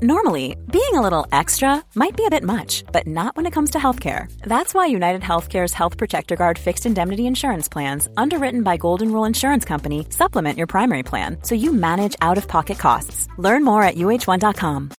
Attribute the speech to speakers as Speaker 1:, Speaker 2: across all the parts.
Speaker 1: Normally, being a little extra might be a bit much, but not when it comes to healthcare. That's why United Healthcare's Health Protector Guard fixed indemnity insurance plans, underwritten by Golden Rule Insurance Company, supplement your primary plan so you manage out of pocket costs. Learn more at uh1.com.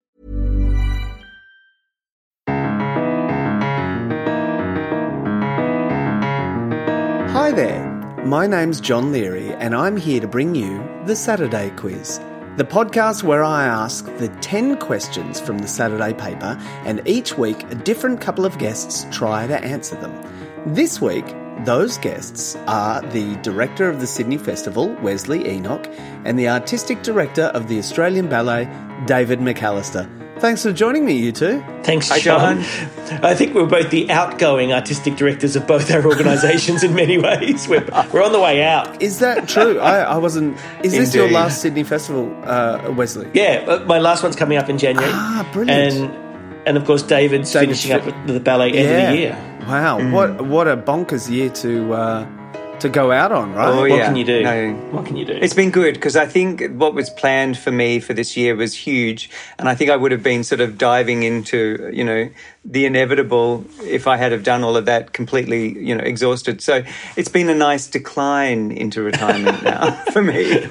Speaker 2: Hi there. My name's John Leary, and I'm here to bring you the Saturday Quiz, the podcast where I ask the 10 questions from the Saturday paper, and each week a different couple of guests try to answer them. This week, those guests are the director of the Sydney Festival, Wesley Enoch, and the artistic director of the Australian Ballet, David McAllister. Thanks for joining me, you two.
Speaker 3: Thanks,
Speaker 4: Hi,
Speaker 3: Sean.
Speaker 4: John.
Speaker 3: I think we're both the outgoing artistic directors of both our organisations in many ways. We're, we're on the way out.
Speaker 2: Is that true? I, I wasn't. Is this your
Speaker 4: Indeed.
Speaker 2: last Sydney Festival, uh, Wesley?
Speaker 3: Yeah, but my last one's coming up in January.
Speaker 2: Ah, brilliant.
Speaker 3: And, and of course, David's
Speaker 2: David's
Speaker 3: finishing up
Speaker 2: fi-
Speaker 3: with the ballet end of the year.
Speaker 2: Wow,
Speaker 4: Mm.
Speaker 2: what what a bonkers year to uh, to go out on, right?
Speaker 4: Oh,
Speaker 3: What
Speaker 4: yeah.
Speaker 3: can you do?
Speaker 4: No.
Speaker 3: What can you do?
Speaker 4: It's been good because I think what was planned for me for this year was huge, and I think I would have been sort of diving into you know the inevitable if I had have done all of that completely you know exhausted. So it's been a nice decline into retirement now for me.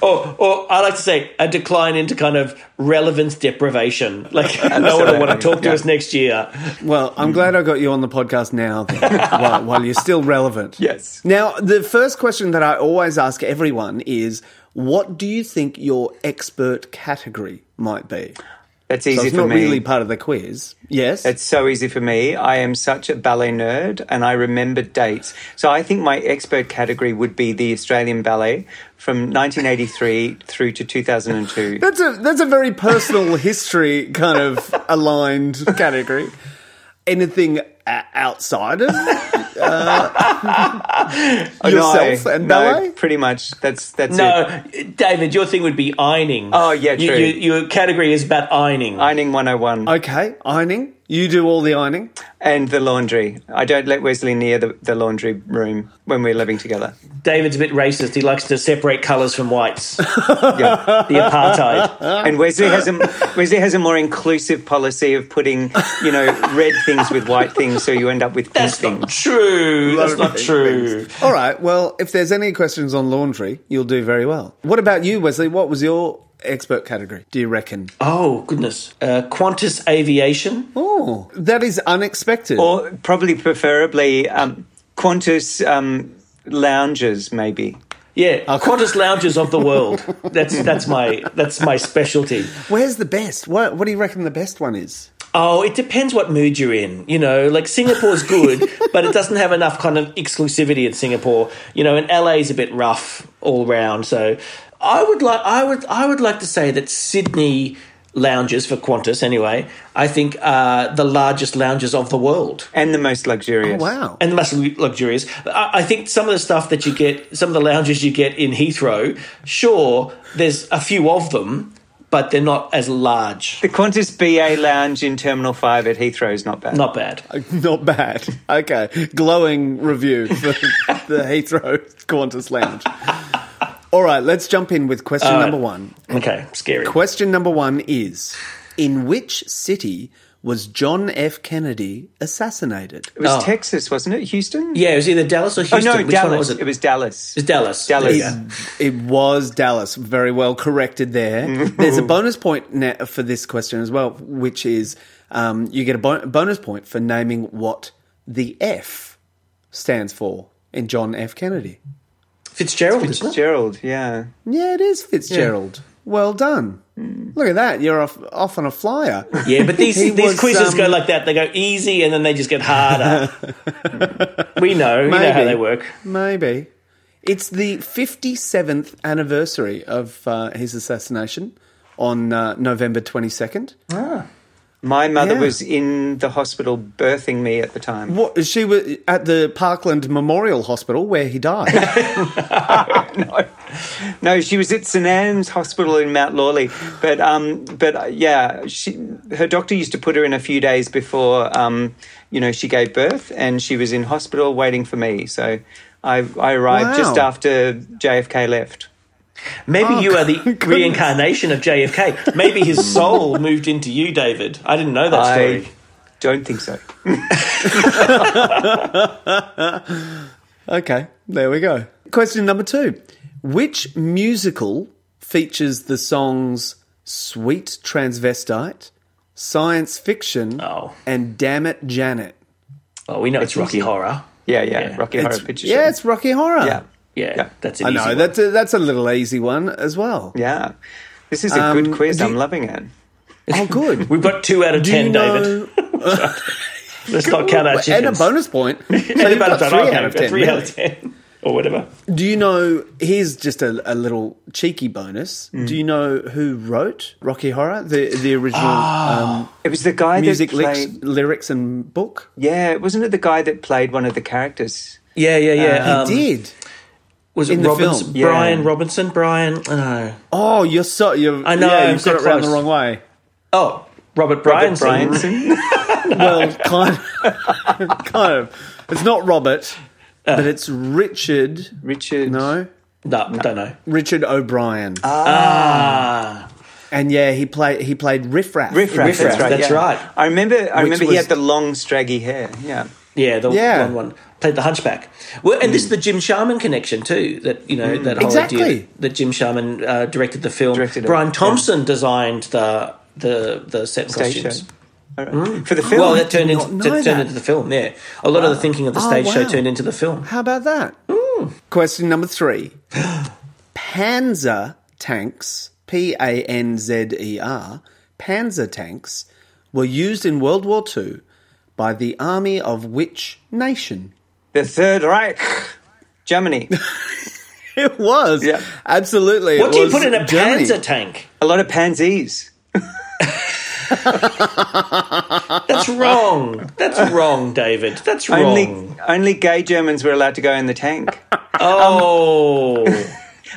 Speaker 3: or, or I like to say, a decline into kind of relevance deprivation. Like, no one will want to
Speaker 4: Absolutely,
Speaker 3: talk to
Speaker 4: yeah.
Speaker 3: us next year.
Speaker 2: Well,
Speaker 4: Mm.
Speaker 2: I'm glad I got you on the podcast now then, while, while you're still relevant.
Speaker 4: Yes.
Speaker 2: Now, the first question that I always ask everyone is what do you think your expert category might be?
Speaker 4: That's
Speaker 2: So
Speaker 4: easy
Speaker 2: it's
Speaker 4: for
Speaker 2: not
Speaker 4: me.
Speaker 2: really part of the quiz. Yes.
Speaker 4: It's so easy for me. I am such a ballet nerd and I remember dates. So I think my expert category would be the Australian Ballet from 1983 through to 2002.
Speaker 2: that's a that's a very personal history kind of aligned category. Anything uh, outside of
Speaker 4: Oh,
Speaker 2: uh, yourself and ballet?
Speaker 4: pretty much. That's that's it.
Speaker 3: No, Uh, David, your thing would be ironing.
Speaker 4: Oh, yeah,
Speaker 3: You-
Speaker 4: true.
Speaker 3: you- your category is about ironing.
Speaker 4: Ironing 101
Speaker 2: Okay, ironing. You do all the ironing.
Speaker 4: and the laundry. I don't let Wesley near the, the laundry room when we're living together.
Speaker 3: David's a bit racist. He likes to separate colours from whites. The
Speaker 4: Yeah.
Speaker 3: apartheid.
Speaker 4: and Wesley has a Wesley has a more inclusive policy of putting, you know, red things with white things, so you end up with pink
Speaker 3: That's
Speaker 4: things.
Speaker 3: not true. That's not true.
Speaker 2: All right. Well, if there's any questions on laundry, you'll do very well. What about you, Wesley? What was your expert category? Do you reckon?
Speaker 3: Oh goodness. Uh, Qantas Aviation.
Speaker 2: Oh, that is unexpected.
Speaker 4: Or probably preferably um, Qantas um, lounges, maybe.
Speaker 3: Yeah, Qantas lounges of the world. That's that's my that's my specialty.
Speaker 2: Where's the best? What, what do you reckon the best one is?
Speaker 3: Oh, it depends what mood you're in. You know, like Singapore's good, but it doesn't have enough kind of exclusivity in Singapore. You know, and LA's a bit rough all round. So I would like I would I would like to say that Sydney lounges for Qantas anyway. I think are the largest lounges of the world.
Speaker 4: And the most luxurious.
Speaker 3: Oh,
Speaker 2: Wow.
Speaker 3: and the most lu- luxurious. I, I think some of the stuff that you get, some of the lounges you get in Heathrow, sure, there's a few of them, but they're not as large.
Speaker 4: The Qantas BA lounge in Terminal 5 at Heathrow is not bad.
Speaker 3: Not bad.
Speaker 2: Not bad. Okay. Glowing review for the Heathrow Qantas Lounge. All right. Let's jump in with question
Speaker 3: Uh,
Speaker 2: number one.
Speaker 3: Okay, scary.
Speaker 2: Question number one is In which city was John F. Kennedy assassinated?
Speaker 4: It was
Speaker 3: Oh.
Speaker 4: Texas, wasn't it? Houston?
Speaker 3: yeah, it was either Dallas or
Speaker 4: Oh,
Speaker 3: Houston.
Speaker 4: no,
Speaker 3: Which
Speaker 4: Dallas.
Speaker 3: one was it?
Speaker 4: it was Dallas.
Speaker 3: It's Dallas.
Speaker 4: Dallas.
Speaker 3: There you
Speaker 4: Yeah.
Speaker 3: go.
Speaker 2: It was Dallas. Very well corrected there. There's a bonus point na- for this question as well, which is um, you get a bon- bonus point for naming what the F stands for in John F. Kennedy.
Speaker 3: Fitzgerald, isn't it?
Speaker 4: Gerald, yeah.
Speaker 2: Yeah, it is Fitzgerald. Well done. Look at that. You're off, off on a flyer.
Speaker 3: Hmm. Yeah, but these
Speaker 2: He
Speaker 3: these
Speaker 2: was,
Speaker 3: quizzes
Speaker 2: um,
Speaker 3: go like that. They go easy and then they just get harder. we know. We know how
Speaker 2: Maybe.
Speaker 3: they work.
Speaker 2: Maybe. It's the 57th anniversary of uh, his assassination on uh, November 22nd.
Speaker 4: My mother
Speaker 2: Yeah.
Speaker 4: was in the hospital birthing me at the time.
Speaker 2: What, she was at the Parkland Memorial Hospital where he died.
Speaker 4: No, she was at St Anne's Hospital in Mount Lawley. But um, but uh, yeah, she her doctor used to put her in a few days before um, you know, she gave birth, and she was in hospital waiting for me. So I I arrived
Speaker 2: Wow.
Speaker 4: just after JFK left.
Speaker 3: Maybe you are the
Speaker 2: Oh, goodness.
Speaker 3: reincarnation of JFK. Maybe his soul moved into you, David. I didn't know that story.
Speaker 4: I don't think so.
Speaker 2: okay, there we go. Question number two Which musical features the songs Sweet Transvestite, Science Fiction,
Speaker 3: Oh.
Speaker 2: and Damn It Janet?
Speaker 3: Oh, we know it's Rocky Horror.
Speaker 4: Yeah, yeah,
Speaker 3: Yeah.
Speaker 4: Rocky Horror
Speaker 2: It's-
Speaker 4: Picture Show.
Speaker 2: yeah, it's Rocky Horror.
Speaker 4: yeah,
Speaker 3: Yeah,
Speaker 4: Yeah.
Speaker 3: that's an
Speaker 2: I
Speaker 3: easy
Speaker 2: know,
Speaker 3: one.
Speaker 2: that's a, that's a little easy one as well.
Speaker 4: yeah. This is a good quiz. I'm loving it.
Speaker 2: Oh, good.
Speaker 3: We've got two out of
Speaker 2: Do you
Speaker 3: ten, David.
Speaker 2: know-
Speaker 3: Let's not count our
Speaker 2: and
Speaker 3: chickens.
Speaker 2: a bonus point. So
Speaker 3: And a
Speaker 2: you've got
Speaker 3: bonus
Speaker 2: three
Speaker 3: okay,
Speaker 2: out of ten.
Speaker 3: Three
Speaker 2: really.
Speaker 3: out of ten. Or whatever.
Speaker 2: Do you know? Here's just a, a little cheeky bonus.
Speaker 3: Mm.
Speaker 2: Do you know who wrote Rocky Horror, the the original
Speaker 3: Ah,
Speaker 2: um,
Speaker 4: It was the guy
Speaker 2: music
Speaker 4: that
Speaker 2: lyrics,
Speaker 4: played.
Speaker 2: lyrics and book?
Speaker 4: Yeah, wasn't it the guy that played one of the characters?
Speaker 3: Yeah, yeah, yeah.
Speaker 2: Uh, He
Speaker 3: um,
Speaker 2: did.
Speaker 3: Was it
Speaker 2: in the
Speaker 3: Robinson?
Speaker 2: film.
Speaker 4: Yeah.
Speaker 3: Brian Robinson? Brian? uh, No.
Speaker 2: Oh, you're so you're.
Speaker 3: I know,
Speaker 2: Yeah,
Speaker 3: I'm
Speaker 2: you've
Speaker 3: so
Speaker 2: got it round the
Speaker 3: close.
Speaker 2: wrong way.
Speaker 3: Oh, Robert
Speaker 4: Robert
Speaker 3: Bryanson.
Speaker 4: Bryanson.
Speaker 2: Well, kind of, kind of. It's not Robert,
Speaker 3: Uh.
Speaker 2: but it's Richard.
Speaker 4: Richard.
Speaker 2: No,
Speaker 3: No, don't know. Ah,
Speaker 2: Richard O'Brien. Ah. And yeah, he played. He played Riff Raff.
Speaker 4: Riff Raff.
Speaker 3: Riff
Speaker 4: that's
Speaker 3: Raff,
Speaker 4: right.
Speaker 3: that's
Speaker 4: yeah.
Speaker 3: right.
Speaker 4: I remember. I remember he
Speaker 2: was-
Speaker 4: had the long, straggy hair. Yeah.
Speaker 3: Yeah, the
Speaker 2: Yeah.
Speaker 3: one one played the Hunchback. Well, and this is the Jim Sharman connection too. That you know that whole idea
Speaker 2: Exactly.
Speaker 3: that Jim Sharman uh, directed the film.
Speaker 4: Directed it,
Speaker 3: Brian
Speaker 4: yeah.
Speaker 3: Thompson designed the the the set and
Speaker 4: Stage
Speaker 3: costumes.
Speaker 4: show. All right. For the film.
Speaker 3: Hmm. Well, that turned into
Speaker 2: know
Speaker 3: that
Speaker 2: that.
Speaker 3: turned into the film. Yeah, a lot of the thinking of the
Speaker 2: Oh,
Speaker 3: stage show
Speaker 2: wow.
Speaker 3: turned into the film.
Speaker 2: How about that?
Speaker 3: Mm.
Speaker 2: Question number three Panzer tanks, P A N Z E R, Panzer tanks were used in World War II by the army of which nation?
Speaker 4: the Third Reich. Germany.
Speaker 2: It was.
Speaker 4: Yeah.
Speaker 2: Absolutely.
Speaker 3: What
Speaker 2: it
Speaker 3: do you
Speaker 2: was
Speaker 3: put in a
Speaker 2: Germany.
Speaker 3: Panzer tank?
Speaker 4: A lot of pansies.
Speaker 3: That's wrong. That's wrong, David. That's wrong.
Speaker 4: Only, only gay Germans were allowed to go in the tank.
Speaker 3: oh,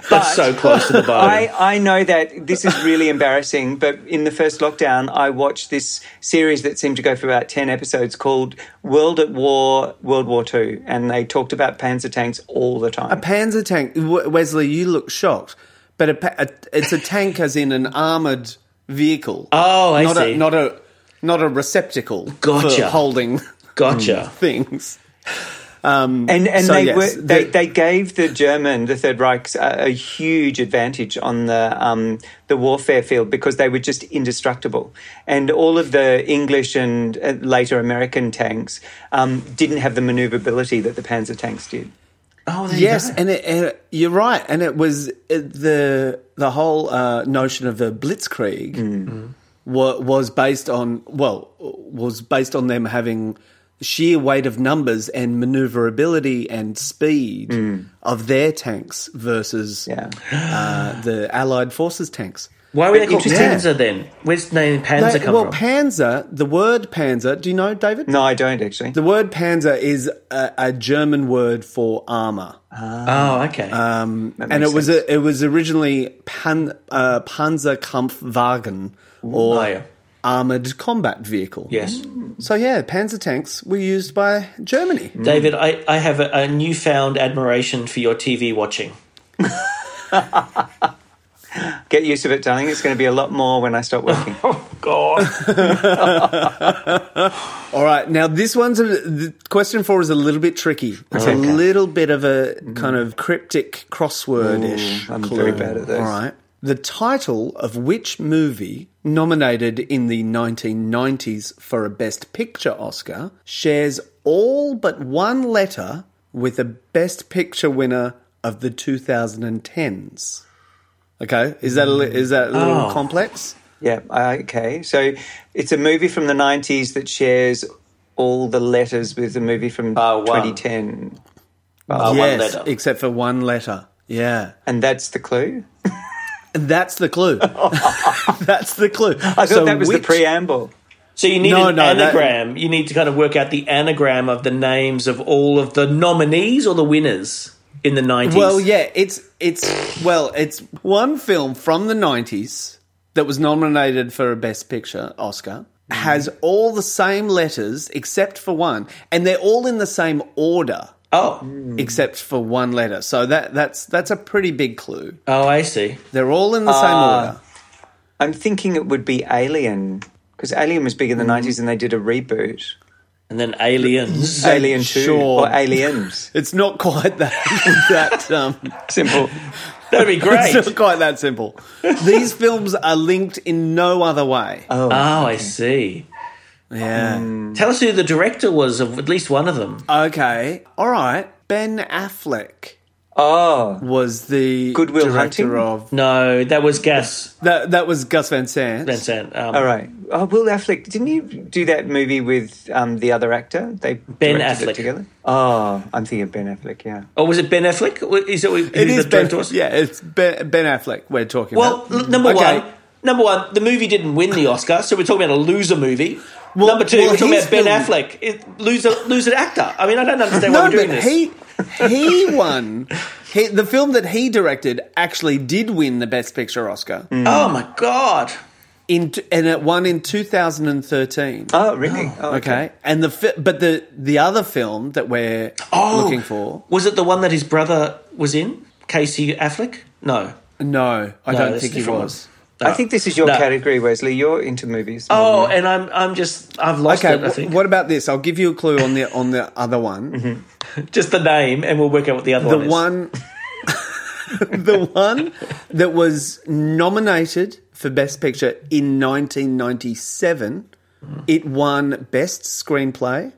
Speaker 3: that's so close to the bone.
Speaker 4: I, I know that this is really embarrassing, but in the first lockdown, I watched this series that seemed to go for about 10 episodes called World at War, World War II, and they talked about panzer tanks all the time.
Speaker 2: Panzer tank. W- Wesley, you look shocked. But a, pa- a, it's a tank as in an armoured vehicle.
Speaker 3: Oh, I
Speaker 2: not
Speaker 3: see.
Speaker 2: A, not, a, not a receptacle
Speaker 3: Gotcha.
Speaker 2: for holding
Speaker 3: gotcha.
Speaker 2: things.
Speaker 4: and and
Speaker 2: so
Speaker 4: they,
Speaker 2: yes,
Speaker 4: were, they,
Speaker 2: the-
Speaker 4: they gave the German, the Third Reich, a, a huge advantage on the, um, the warfare field because they were just indestructible. And all of the English and uh, later American tanks um, didn't have the maneuverability that the panzer tanks did.
Speaker 3: Oh, there you
Speaker 2: Yes,
Speaker 3: go.
Speaker 2: and, it, and it- you're right. And it was it, the the whole uh, notion of the blitzkrieg wa- was based on well was based on them having sheer weight of numbers and maneuverability and speed of their tanks versus
Speaker 4: Yeah.
Speaker 2: uh, the Allied forces tanks.
Speaker 3: Why were they called
Speaker 4: interesting.
Speaker 3: Panzer then? Where's the name Panzer
Speaker 2: They-
Speaker 3: come
Speaker 2: well,
Speaker 3: from?
Speaker 2: Panzer, the word Panzer. Do you know, David?
Speaker 4: No, I don't actually.
Speaker 2: The word Panzer is a, a German word for armor.
Speaker 3: oh, okay.
Speaker 2: Um, and it
Speaker 4: makes
Speaker 2: was
Speaker 4: sense.
Speaker 2: a, it was originally pan, uh, Panzerkampfwagen or
Speaker 3: Oh, yeah.
Speaker 2: armored combat vehicle.
Speaker 3: yes.
Speaker 2: So yeah, Panzer tanks were used by Germany.
Speaker 3: David, I, I have a, a newfound admiration for your TV watching.
Speaker 4: Get used to it, darling. It's going to be a lot more when I stop working.
Speaker 3: Oh, God.
Speaker 2: All right, now this one's a, the question four is a little bit tricky. It's a
Speaker 4: Okay.
Speaker 2: little bit of a kind of cryptic crossword ish.
Speaker 4: Ooh, Mm, I'm very bad at this.
Speaker 2: All right. The title of which movie nominated in the 1990s for a Best Picture Oscar shares all but one letter with the Best Picture winner of the 2010s? Okay, is that a, li- is that a
Speaker 4: Oh.
Speaker 2: little complex?
Speaker 4: yeah, I- okay. So it's a movie from the 90s that shares all the letters with a movie from
Speaker 3: Bar one.
Speaker 4: 2010.
Speaker 3: Uh, one
Speaker 2: yes,
Speaker 3: letter.
Speaker 2: except for one letter. Yeah.
Speaker 4: And that's the clue?
Speaker 2: That's the clue. That's the clue.
Speaker 4: I thought that was the preamble.
Speaker 3: So you need
Speaker 2: No,
Speaker 3: an
Speaker 2: no, that-
Speaker 3: anagram. You need to kind of work out the anagram of the names of all of the nominees or the winners in the nineties.
Speaker 2: Well, yeah, it's it's well, it's one film from the '90s that was nominated for a Best Picture Oscar
Speaker 4: Mm-hmm.
Speaker 2: has all the same letters except for one, and they're all in the same order
Speaker 3: Oh,
Speaker 4: Mm.
Speaker 2: except for one letter. So that that's that's a pretty big clue.
Speaker 3: oh, I see.
Speaker 2: They're all in the same
Speaker 4: Ah.
Speaker 2: order.
Speaker 4: I'm thinking it would be Alien because Alien was big in the
Speaker 3: Mm.
Speaker 4: 90s and they did a reboot.
Speaker 3: And then aliens.
Speaker 4: Alien 2
Speaker 2: sure.
Speaker 4: or Aliens.
Speaker 2: It's not quite that that um,
Speaker 4: Simple.
Speaker 3: That'd be great.
Speaker 2: it's not quite that simple. These films are linked in no other way.
Speaker 3: Oh, I see.
Speaker 2: yeah.
Speaker 3: Tell us who the director was of at least one of them.
Speaker 2: Okay. All right. Ben Affleck
Speaker 4: Oh,
Speaker 2: was the
Speaker 4: Goodwill
Speaker 2: director
Speaker 4: Hunting?
Speaker 2: of
Speaker 3: No, that was Gas
Speaker 2: that. That was Gus Van Sant.
Speaker 3: Van Sant. Um,
Speaker 4: all right. Oh, Will Affleck, didn't you do that movie with um, the other actor? They
Speaker 3: Ben
Speaker 4: directed it
Speaker 3: Affleck.
Speaker 4: together. Oh, I'm thinking of Ben Affleck, yeah.
Speaker 3: Or was it Ben Affleck? Is that who
Speaker 2: It
Speaker 3: the
Speaker 2: is Ben.
Speaker 3: director was?
Speaker 2: Yeah, it's Ben, ben Affleck we're talking
Speaker 3: Well,
Speaker 2: about.
Speaker 3: l- number
Speaker 2: Okay.
Speaker 3: one, number one, the movie didn't win the Oscar, so we're talking about a loser movie.
Speaker 2: Well-
Speaker 3: number two,
Speaker 2: well,
Speaker 3: we're talking
Speaker 2: he's
Speaker 3: about Ben
Speaker 2: been-
Speaker 3: Affleck, it, loser, loser actor. I mean, I don't understand why
Speaker 2: No,
Speaker 3: we're doing
Speaker 2: but
Speaker 3: this.
Speaker 2: he he won. He, the film that he directed actually did win the Best Picture Oscar,
Speaker 3: oh my god!
Speaker 2: in t- and it won in 2013.
Speaker 4: Oh, really? Oh,
Speaker 2: okay, and the fi- but the the other film that we're
Speaker 3: Oh,
Speaker 2: looking for
Speaker 3: was it the one that his brother was in, Casey Affleck? No,
Speaker 2: No, I
Speaker 3: No,
Speaker 2: don't
Speaker 3: that's
Speaker 2: think
Speaker 3: a
Speaker 2: he
Speaker 3: different
Speaker 2: was.
Speaker 3: one.
Speaker 4: I think this is your
Speaker 3: No.
Speaker 4: category, Wesley. You're into movies.
Speaker 3: Oh, and I'm I'm just I've lost
Speaker 2: Okay,
Speaker 3: it. I
Speaker 2: wh-
Speaker 3: think Mm-hmm.
Speaker 2: what about this? I'll give you a clue on the on the other one.
Speaker 3: just the name, and we'll work out what the other
Speaker 2: The
Speaker 3: one is.
Speaker 2: one, the one that was nominated for Best Picture in 1997.
Speaker 3: Mm-hmm.
Speaker 2: It won Best Screenplay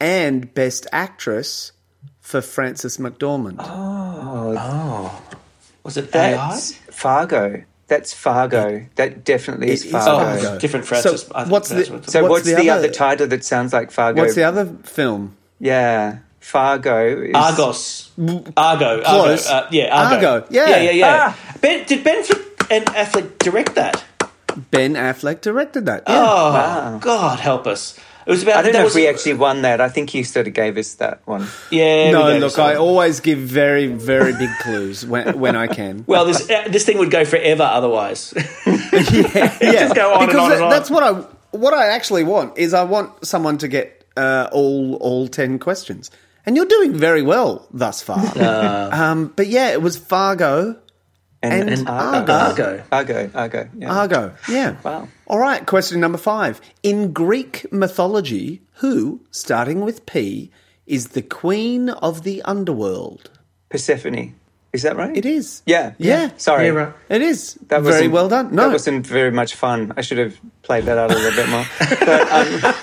Speaker 2: and Best Actress for Frances McDormand.
Speaker 3: Oh, was it AI?
Speaker 4: that's Fargo. That's Fargo. That definitely is
Speaker 2: It is
Speaker 4: Fargo.
Speaker 2: Fargo.
Speaker 3: different Frances.
Speaker 2: So
Speaker 3: I think
Speaker 2: what's the-
Speaker 3: that's what it's-
Speaker 4: So
Speaker 2: What's
Speaker 4: what's,
Speaker 2: the
Speaker 4: the,
Speaker 2: other-
Speaker 4: other, title that sounds like Fargo?
Speaker 2: What's the other film?
Speaker 4: Yeah, Fargo. Is,
Speaker 3: Argos. Argo.
Speaker 2: Close.
Speaker 3: Argo. Uh, yeah, Argo.
Speaker 2: Argo, yeah.
Speaker 3: Yeah, yeah, yeah.
Speaker 4: Ah.
Speaker 3: Ben, did Ben Affleck- and Affleck direct that?
Speaker 2: Ben Affleck directed that. Yeah.
Speaker 3: Oh, God help us. It was about.
Speaker 4: I don't
Speaker 3: that
Speaker 4: know
Speaker 3: was,
Speaker 4: if we actually won that. I think you sort of gave us that one.
Speaker 3: Yeah. we
Speaker 2: no,
Speaker 3: gave
Speaker 2: look,
Speaker 3: us one.
Speaker 2: I always give very, very big clues when when I can.
Speaker 3: Well, this uh, this thing would go forever otherwise.
Speaker 2: yeah.
Speaker 3: just go on and
Speaker 2: because
Speaker 3: on and on.
Speaker 2: that's what I what I actually want is I want someone to get uh, all all ten questions, and you're doing very well thus far.
Speaker 4: Uh.
Speaker 2: um, but yeah, it was Fargo,
Speaker 4: And,
Speaker 2: And
Speaker 4: Argo.
Speaker 3: Argo.
Speaker 4: Argo. Argo. Yeah.
Speaker 2: Argo. Yeah.
Speaker 4: Wow.
Speaker 2: All right. Question number five: In Greek mythology, who, starting with P, is the queen of the underworld?
Speaker 4: Persephone. Is that right?
Speaker 2: It is.
Speaker 4: Yeah.
Speaker 2: Yeah.
Speaker 4: Sorry.
Speaker 3: Yeah, right.
Speaker 2: It is.
Speaker 4: That
Speaker 2: very
Speaker 4: wasn't-
Speaker 2: well done. No.
Speaker 4: That wasn't very much fun. I should have played that out a little bit more. But, um,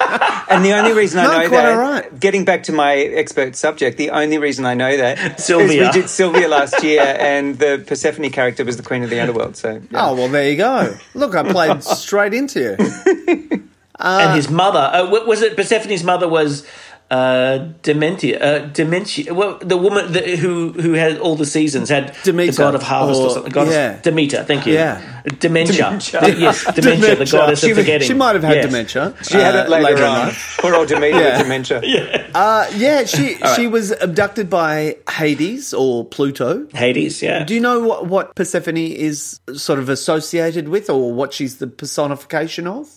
Speaker 4: and the only reason I
Speaker 2: No,
Speaker 4: know
Speaker 2: quite
Speaker 4: that,
Speaker 2: all right.
Speaker 4: getting back to my expert subject, the only reason I know that is
Speaker 3: Sylvia.
Speaker 4: we did Sylvia last year, and the Persephone character was the queen of the underworld. So yeah.
Speaker 2: Oh well, there you go. Look, I played straight into you.
Speaker 3: and his mother uh, wa- was it Persephone's mother was uh, dementia, uh, dementia. Well, the woman that, who who had all the seasons had
Speaker 2: Demeter,
Speaker 3: the god of harvest or,
Speaker 2: or-
Speaker 3: something. God
Speaker 2: yeah.
Speaker 3: of, Demeter, thank you.
Speaker 2: Yeah.
Speaker 3: dementia. yes, dementia, The goddess
Speaker 2: she,
Speaker 3: of forgetting.
Speaker 2: She might have had
Speaker 3: Yes.
Speaker 2: dementia.
Speaker 4: she had
Speaker 2: uh,
Speaker 4: it later,
Speaker 2: in
Speaker 4: on.
Speaker 2: life.
Speaker 4: Poor old Demeter
Speaker 2: Yeah.
Speaker 4: with dementia.
Speaker 2: Uh, yeah, she she was abducted by Hades or Pluto.
Speaker 3: Hades. Yeah.
Speaker 2: Do you know what, what Persephone is sort of associated with, or what she's the personification of?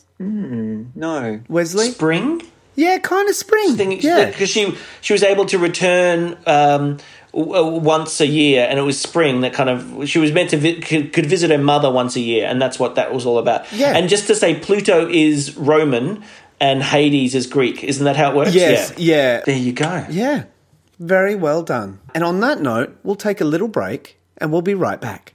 Speaker 4: No.
Speaker 2: Wesley,
Speaker 3: spring?
Speaker 2: yeah, kind of spring.
Speaker 3: thing
Speaker 2: yeah,
Speaker 3: because she she was able to return um, w- w- once a year, and it was spring that kind of she was meant to vi- could, could visit her mother once a year, and that's what that was all about.
Speaker 2: Yeah.
Speaker 3: and just to say, Pluto is Roman and Hades is Greek. Isn't that how it works?
Speaker 2: yes,
Speaker 3: Yeah.
Speaker 2: yeah,
Speaker 3: There you go.
Speaker 2: yeah. Very well done. And on that note, we'll take a little break, and we'll be right back.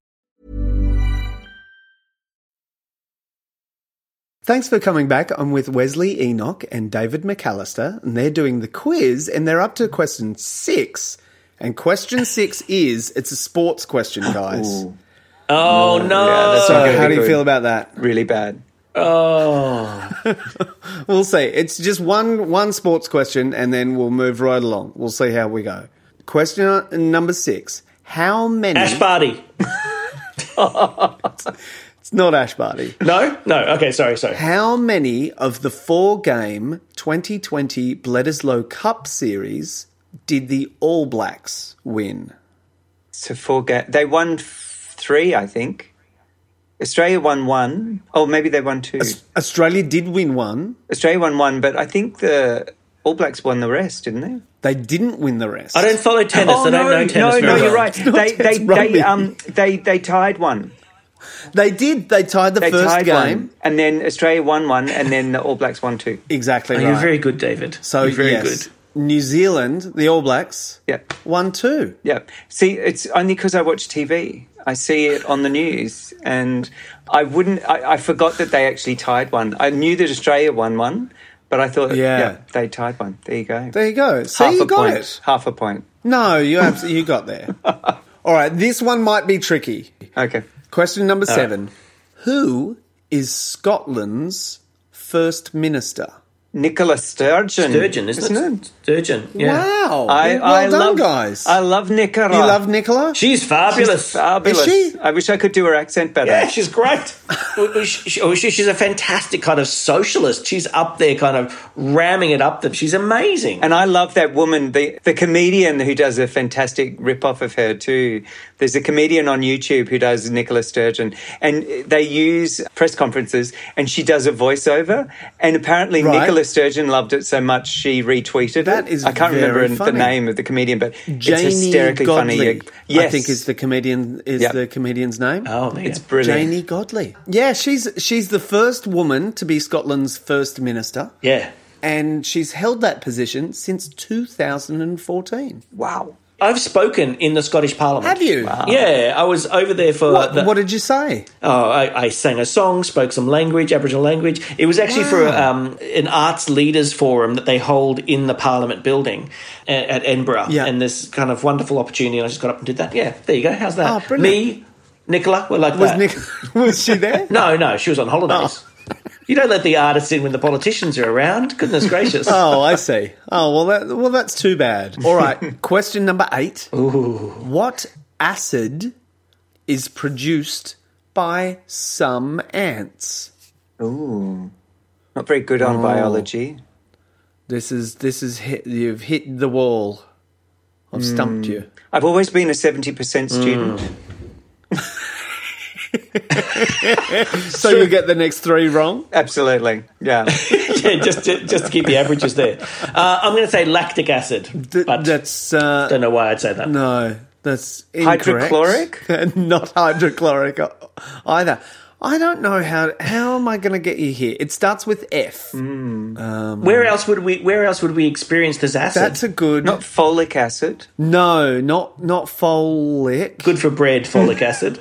Speaker 2: Thanks for coming back. I'm with Wesley Enoch and David McAllister, and they're doing the quiz, and they're up to question six. And question six is it's a sports question, guys.
Speaker 3: Oh no!
Speaker 4: Yeah, that's
Speaker 2: So,
Speaker 4: not gonna
Speaker 2: how
Speaker 4: be
Speaker 2: do you
Speaker 4: good.
Speaker 2: feel about that?
Speaker 4: Really bad.
Speaker 3: oh,
Speaker 2: We'll see. It's just one one sports question, and then we'll move right along. We'll see how we go. Question number six: How many?
Speaker 3: Ash Barty.
Speaker 2: it's not Ash Barty.
Speaker 3: No, no. Okay, sorry, sorry.
Speaker 2: How many of the four-game 2020 Bledisloe Cup series did the All Blacks win?
Speaker 4: So four ga- They won f- three, I think. Australia won one. Oh, maybe they won two.
Speaker 2: Australia did win one.
Speaker 4: Australia won one, but I think the All Blacks won the rest, didn't they?
Speaker 2: They didn't win the rest.
Speaker 3: I don't follow tennis. I don't know tennis.
Speaker 4: Oh, no,
Speaker 3: very
Speaker 4: no,
Speaker 3: well.
Speaker 4: you're right.
Speaker 2: not
Speaker 4: They,
Speaker 2: tennis,
Speaker 4: they,
Speaker 2: rugby.
Speaker 4: they, um, they, they tied one.
Speaker 2: They did. They tied the
Speaker 4: They
Speaker 2: first
Speaker 4: tied
Speaker 2: game.
Speaker 4: one, and then Australia won one, and then the All Blacks won two.
Speaker 2: Exactly.
Speaker 3: Oh,
Speaker 2: right.
Speaker 3: You're very good, David.
Speaker 2: so
Speaker 3: you're very
Speaker 2: yes,
Speaker 3: good.
Speaker 2: New Zealand, the All Blacks,
Speaker 4: Yeah,
Speaker 2: won two.
Speaker 4: yeah. See, it's only because I watch TV. I see it on the news, and I wouldn't. I, I forgot that they actually tied one. I knew that Australia won one, but I thought,
Speaker 2: Yeah.
Speaker 4: yeah, they tied one. There you go.
Speaker 2: There you go. So
Speaker 4: half
Speaker 2: you
Speaker 4: a
Speaker 2: got
Speaker 4: point.
Speaker 2: it.
Speaker 4: Half a point.
Speaker 2: No, you abs- you got there. All right, this one might be tricky.
Speaker 4: Okay.
Speaker 2: Question number seven: Who is Scotland's first minister?
Speaker 4: Nicola Sturgeon.
Speaker 3: Sturgeon, isn't, it? Sturgeon. Yeah.
Speaker 2: Wow!
Speaker 4: I,
Speaker 2: well
Speaker 4: I
Speaker 2: done,
Speaker 4: love,
Speaker 2: guys.
Speaker 4: I love Nicola.
Speaker 2: you love Nicola?
Speaker 3: She's fabulous.
Speaker 4: Fabulous.
Speaker 2: Is she?
Speaker 4: I wish I could do her accent better.
Speaker 3: yeah, she's great. Well, she- she- oh, she- she's a fantastic kind of socialist. She's up there, kind of ramming it up. That she's amazing.
Speaker 4: And I love that woman, the, the comedian who does a fantastic rip-off of her too. There's a comedian on YouTube who does Nicola Sturgeon and they use press conferences and she does a voiceover. And apparently
Speaker 2: Right.
Speaker 4: Nicola Sturgeon loved it so much she retweeted
Speaker 2: That
Speaker 4: it.
Speaker 2: is
Speaker 4: I can't
Speaker 2: very
Speaker 4: remember
Speaker 2: funny.
Speaker 4: the name of the comedian, but
Speaker 2: Janie
Speaker 4: it's hysterically
Speaker 2: Godley,
Speaker 4: funny. Yes.
Speaker 2: I think is the comedian is
Speaker 4: Yep.
Speaker 2: the comedian's name.
Speaker 3: oh, man.
Speaker 4: It's brilliant.
Speaker 2: Janie Godley. Yeah, she's she's the first woman to be Scotland's first minister.
Speaker 3: yeah.
Speaker 2: And she's held that position since 2014.
Speaker 4: Wow.
Speaker 3: I've spoken in the Scottish Parliament.
Speaker 2: Have you?
Speaker 3: Yeah, I was over there for
Speaker 2: What,
Speaker 3: the-
Speaker 2: what did you say?
Speaker 4: Uh,
Speaker 3: Oh, I, I sang a song, spoke some language, Aboriginal language. It was actually for um, an arts leaders forum that they hold in the Parliament building at, at Edinburgh.
Speaker 2: Yeah.
Speaker 3: And this kind of wonderful opportunity, and I just got up and did that. Yeah, there you go. How's that?
Speaker 2: Oh, brilliant.
Speaker 3: Me, Nicola, we're like
Speaker 2: Was
Speaker 3: that.
Speaker 2: Nic was she there?
Speaker 3: no, no, she was on holidays.
Speaker 2: Oh.
Speaker 3: You don't let the artists in when the politicians are around. Goodness gracious.
Speaker 2: Oh, I see. Oh, well, that, well, that's too bad. All right. Question number eight. What acid is produced by some ants?
Speaker 4: Not very good
Speaker 2: Oh.
Speaker 4: on biology.
Speaker 2: This is this is hit, you've hit the wall. I've
Speaker 4: Hmm.
Speaker 2: stumped you.
Speaker 4: I've always been a 70% student.
Speaker 3: Mm.
Speaker 2: So you get the next three wrong.
Speaker 4: Absolutely. Yeah.
Speaker 3: yeah, just, to, just to keep the averages there. Uh, I'm going to say lactic acid.
Speaker 2: Th-
Speaker 3: but
Speaker 2: that's uh,
Speaker 3: don't know why I'd say that.
Speaker 2: No, that's incorrect.
Speaker 4: Hydrochloric?
Speaker 2: Not hydrochloric e- either. I don't know how. How am I going to get you here? It starts with F.
Speaker 4: Hmm.
Speaker 3: Where else would we? Where else would we experience this acid?
Speaker 2: That's a good.
Speaker 4: Not folic acid.
Speaker 2: no, not not folic.
Speaker 3: good for bread, folic acid.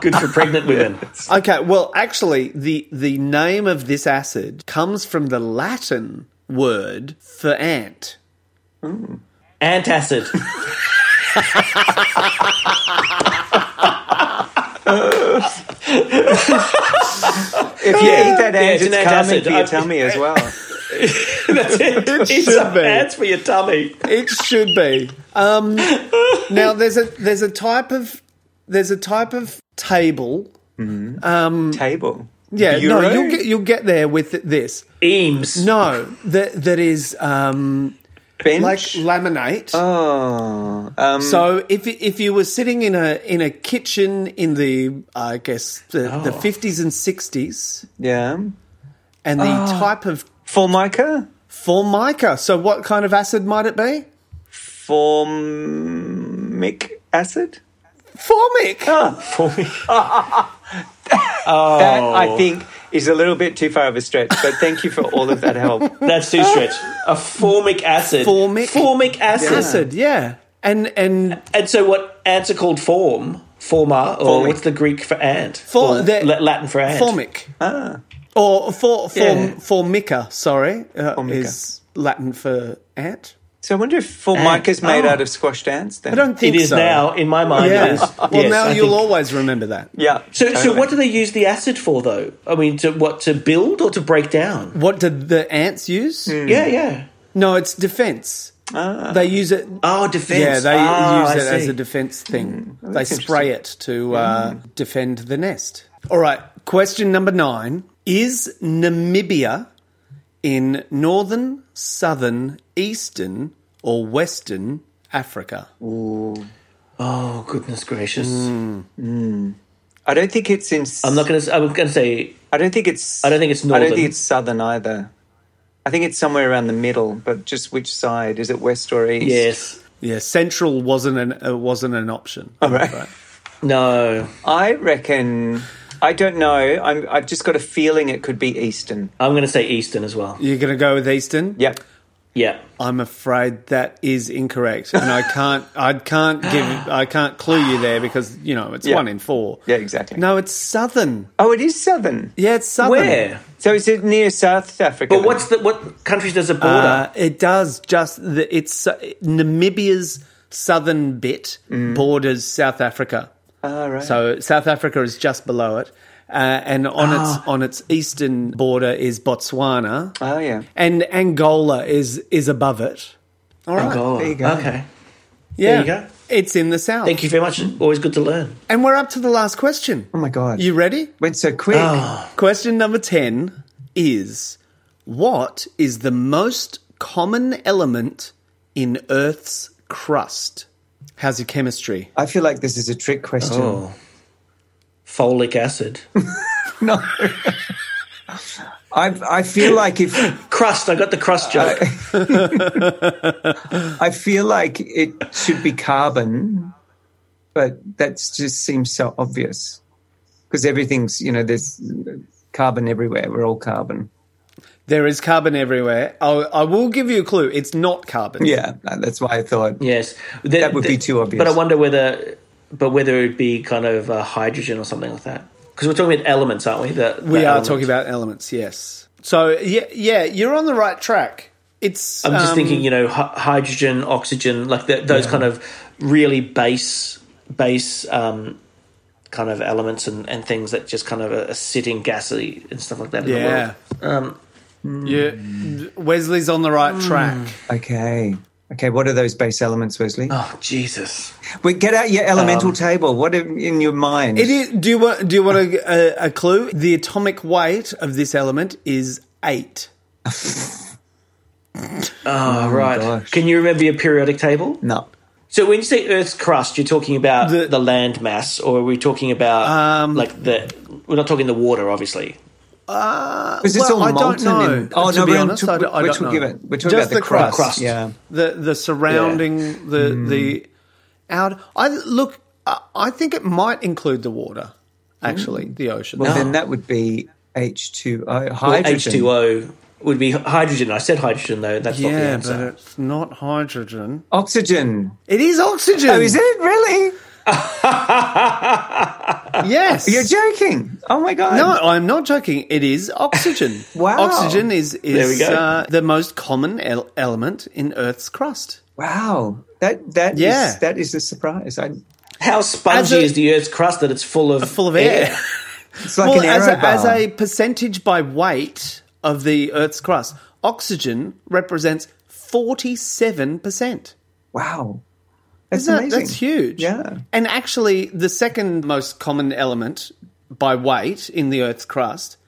Speaker 3: Good for pregnant women.
Speaker 2: Okay, well, actually, the the name of this acid comes from the Latin word for ant.
Speaker 3: Ant acid.
Speaker 4: If you eat that
Speaker 3: Yeah,
Speaker 4: ant,
Speaker 3: it's
Speaker 4: it's,
Speaker 3: an
Speaker 4: calming
Speaker 3: antacid.
Speaker 4: for
Speaker 3: I-
Speaker 4: your tummy as well.
Speaker 3: That's it. Eat
Speaker 2: should
Speaker 3: some
Speaker 2: be.
Speaker 3: ants for your tummy.
Speaker 2: It should be. Um, now there's a there's a type of there's a type of table.
Speaker 4: Table.
Speaker 2: Yeah, no,
Speaker 4: Bureau?
Speaker 2: you'll get you'll get there with this.
Speaker 3: Eames.
Speaker 2: No, that that is um,
Speaker 4: Bench.
Speaker 2: like laminate.
Speaker 4: oh, um,
Speaker 2: so if if you were sitting in a in a kitchen in the I guess the
Speaker 3: Oh.
Speaker 2: the fifties and sixties,
Speaker 4: yeah.
Speaker 2: and the
Speaker 3: Oh.
Speaker 2: type of
Speaker 4: Formica?
Speaker 2: formica. So what kind of acid might it be?
Speaker 4: Formic acid?
Speaker 3: Oh.
Speaker 2: Formic.
Speaker 3: Oh.
Speaker 4: That, I think, is a little bit too far of a stretch, but thank you for all of that help.
Speaker 3: That's too stretch. A formic acid.
Speaker 2: Formic-
Speaker 3: Formic acid.
Speaker 2: Acid, yeah. And and
Speaker 3: And so what ants are called form, forma, or
Speaker 4: Formic.
Speaker 3: what's the Greek for ant?
Speaker 2: For-
Speaker 3: Or
Speaker 2: they're-
Speaker 3: La- Latin for ant.
Speaker 2: formic. Or for, for,
Speaker 3: Yeah.
Speaker 2: formica, sorry, uh,
Speaker 4: Formica.
Speaker 2: is Latin for ant.
Speaker 4: So I wonder if formica's made
Speaker 3: Oh.
Speaker 4: out of squash dance then.
Speaker 2: I don't think
Speaker 3: It is
Speaker 2: so.
Speaker 3: now, in my mind,
Speaker 2: Yeah.
Speaker 3: it is.
Speaker 2: Well,
Speaker 3: Yes,
Speaker 2: now
Speaker 3: I
Speaker 2: you'll
Speaker 3: think-
Speaker 2: always remember that.
Speaker 4: Yeah.
Speaker 3: So, so
Speaker 4: totally.
Speaker 3: what do they use the acid for, though? I mean, to what to build or to break down?
Speaker 2: What did the ants use?
Speaker 3: Yeah, yeah.
Speaker 2: No, it's defense. They use it.
Speaker 3: Oh, Ah. defense.
Speaker 2: Yeah, they
Speaker 3: Ah,
Speaker 2: use
Speaker 3: I
Speaker 2: it as
Speaker 3: see. Hmm. Oh,
Speaker 2: a defense thing. they spray it to uh, defend the nest. All right, question number nine Is Namibia in northern, southern, eastern, or western Africa?
Speaker 3: Oh goodness gracious!
Speaker 4: I don't think it's in
Speaker 3: I'm not gonna. s- I'm gonna say
Speaker 4: I don't think it's
Speaker 3: I don't think it's
Speaker 4: I don't
Speaker 3: northern.
Speaker 4: think it's southern either. I think it's somewhere around the middle, but just which side? Is it west or east?
Speaker 3: yes.
Speaker 2: Yeah, central wasn't an uh, wasn't an option. All
Speaker 4: right.
Speaker 3: No,
Speaker 4: I reckon I don't know. I'm I've just got a feeling it could be eastern.
Speaker 3: I'm gonna say eastern as well.
Speaker 2: You're going to go with eastern?
Speaker 4: Yep.
Speaker 3: Yeah.
Speaker 2: I'm afraid that is incorrect, and I can't. I can't give. I can't clue you there because you know it's
Speaker 4: Yeah.
Speaker 2: one in four.
Speaker 4: Yeah, exactly.
Speaker 2: No, it's southern.
Speaker 4: Oh, it is southern.
Speaker 2: Yeah, it's southern.
Speaker 3: Where?
Speaker 4: So is it near South Africa?
Speaker 3: But what's the what countries does it border?
Speaker 2: Uh, it does just. The, it's uh, Namibia's southern bit
Speaker 3: Mm.
Speaker 2: borders South Africa.
Speaker 4: oh, right.
Speaker 2: So South Africa is just below it, uh, and on
Speaker 3: Ah.
Speaker 2: its on its eastern border is Botswana,
Speaker 4: Oh yeah.
Speaker 2: and Angola is is above it. All right.
Speaker 3: Angola.
Speaker 4: there you go.
Speaker 3: Okay.
Speaker 2: Yeah.
Speaker 3: you go.
Speaker 2: It's in the south.
Speaker 3: Thank you very much. Always good to learn.
Speaker 2: And we're up to the last question.
Speaker 4: Oh my god.
Speaker 2: You ready?
Speaker 4: went so quick.
Speaker 3: Ah.
Speaker 2: Question number 10 is What is the most common element in Earth's crust? How's your chemistry?
Speaker 4: I feel like this is a trick question.
Speaker 3: Oh. Folic acid.
Speaker 4: No. I I feel like if
Speaker 3: crust. I got the crust
Speaker 4: Uh,
Speaker 3: joke.
Speaker 4: I feel like it should be carbon, but that just seems so obvious because everything's you know there's carbon everywhere. We're all carbon.
Speaker 2: There is carbon everywhere. I, I will give you a clue. It's not carbon.
Speaker 4: Yeah, uh, that's why I thought.
Speaker 3: yes.
Speaker 4: That would be too obvious.
Speaker 3: But I wonder whether, but whether it would be kind of uh, hydrogen or something like that. Because we're talking about elements, aren't we? The,
Speaker 2: We are talking about elements, yes. So, yeah, yeah you're on the right track. It's.
Speaker 3: I'm just
Speaker 2: um,
Speaker 3: thinking, you know, hy- hydrogen, oxygen, like the, those kind of really base, base um, kind of elements and, and things that just kind of are, are sitting gassy and stuff like that. In
Speaker 2: Yeah.
Speaker 3: The world. Um, hmm.
Speaker 2: Yeah, Wesley's on the right track.
Speaker 4: Okay. Okay, what are those base elements, Wesley?
Speaker 3: oh Jesus!
Speaker 4: Well, get out your elemental table. What in, in your mind?
Speaker 2: It is, do you want do you want a, a, a clue? The atomic weight of this element is eight.
Speaker 3: All right.
Speaker 4: Oh gosh.
Speaker 3: Can you remember your periodic table?
Speaker 4: No.
Speaker 3: So when you say Earth's crust, you're talking about the, land mass, or are we talking about like the? We're not talking the water, obviously.
Speaker 4: Because it's
Speaker 2: Well,
Speaker 4: all
Speaker 2: I don't
Speaker 4: molten.
Speaker 2: know.
Speaker 4: and- oh,
Speaker 2: to
Speaker 4: no,
Speaker 2: be
Speaker 4: we're,
Speaker 2: honest,
Speaker 4: to,
Speaker 2: I don't, I
Speaker 4: we're
Speaker 2: don't
Speaker 4: talking
Speaker 2: know.
Speaker 4: about, we're talking
Speaker 2: Just
Speaker 4: about the, crust. Hmm.
Speaker 3: crust.
Speaker 4: Yeah.
Speaker 2: the the surrounding the the out. I look. I, I think it might include the water. Actually, the ocean.
Speaker 4: Hmm. Well, then that would be H2O. Hydrogen.
Speaker 3: H two O would be hy- hydrogen. I said hydrogen though. That's not the
Speaker 2: yeah, but
Speaker 3: answer.
Speaker 2: it's not hydrogen.
Speaker 4: Oxygen.
Speaker 2: It is oxygen.
Speaker 4: Oh, is it? Really?
Speaker 2: Yes.
Speaker 4: You're joking. Oh, my God.
Speaker 2: No, I'm not joking. It is oxygen.
Speaker 4: Wow.
Speaker 2: Oxygen is is
Speaker 3: There we go.
Speaker 2: Uh, the most common el- element in Earth's crust.
Speaker 4: Wow. That, that, is-
Speaker 2: Yeah.
Speaker 4: that is a surprise. I,
Speaker 3: How spongy
Speaker 2: As a-
Speaker 3: is the Earth's crust that it's full of
Speaker 2: Full of air.
Speaker 4: it's like
Speaker 2: well,
Speaker 4: an
Speaker 2: as
Speaker 4: aerobar.
Speaker 2: a, as a percentage by weight of the Earth's crust, oxygen represents forty-seven percent.
Speaker 4: wow. That's
Speaker 2: Isn't that,
Speaker 4: amazing.
Speaker 2: that's huge.
Speaker 4: Yeah.
Speaker 2: And actually, the second most common element by weight in the Earth's crust,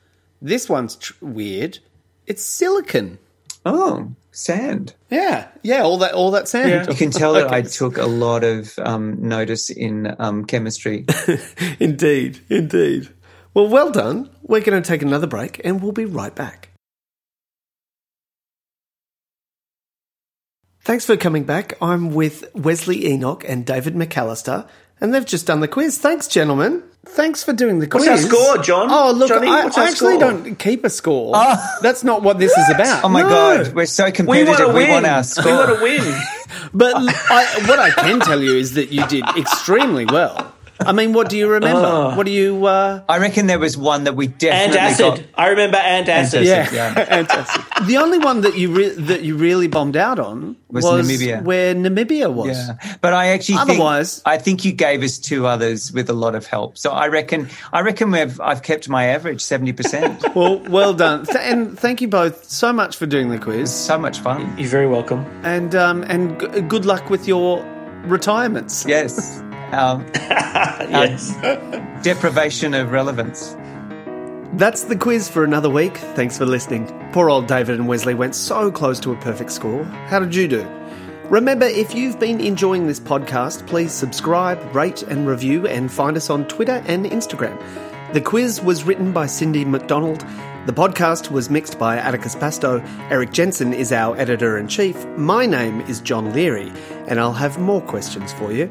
Speaker 2: this one's tr- weird. It's silicon.
Speaker 4: Oh, sand.
Speaker 2: Yeah, yeah. All that, all that sand.
Speaker 4: You can tell that I took a lot of um, notice in um, chemistry.
Speaker 2: Indeed, indeed. Well, well done. We're going to take another break and we'll be right back. Thanks for coming back. I'm with Wesley Enoch and David McAllister, And they've just done the quiz. Thanks, gentlemen. Thanks for doing the
Speaker 3: What's
Speaker 2: quiz.
Speaker 3: our score, John?
Speaker 2: Oh, look,
Speaker 3: Johnny,
Speaker 2: I,
Speaker 3: what's
Speaker 2: I
Speaker 3: our
Speaker 2: actually
Speaker 3: score?
Speaker 2: don't keep a score. That's not what this is about.
Speaker 4: Oh my
Speaker 2: No.
Speaker 4: god, we're so
Speaker 3: We want to
Speaker 4: competitive.
Speaker 3: win.
Speaker 4: We want our
Speaker 3: We want
Speaker 4: score.
Speaker 3: to win.
Speaker 2: But l- I, what I can tell you is that you did extremely well. I mean, what do you remember? What do you? Uh,
Speaker 4: I reckon there was one that we
Speaker 3: And
Speaker 4: definitely
Speaker 3: acid.
Speaker 4: got.
Speaker 3: I remember and acid.
Speaker 4: acid.
Speaker 2: yeah, fantastic. The only one that you re- that you really bombed out on was,
Speaker 4: Was Namibia.
Speaker 2: where Namibia was.
Speaker 4: Yeah, but I actually
Speaker 2: Otherwise-
Speaker 4: think, I think you gave us two others with a lot of help. So I reckon I reckon we've I've kept my average seventy percent.
Speaker 2: Well, well done, Th- and thank you both so much for doing the quiz,
Speaker 4: so much fun.
Speaker 3: You're very welcome.
Speaker 2: and um, and g- good luck with your retirements.
Speaker 4: Yes, um, uh,
Speaker 3: Yes.
Speaker 4: deprivation of relevance.
Speaker 2: That's the quiz for another week. Thanks for listening. Poor old David and Wesley went so close to a perfect score. How did you do? Remember, if you've been enjoying this podcast, please subscribe, rate, and review, and find us on Twitter and Instagram. The quiz was written by Cindy McDonald. The podcast was mixed by Atticus Pasto. Eric Jensen is our editor in chief. My name is John Leary, and I'll have more questions for you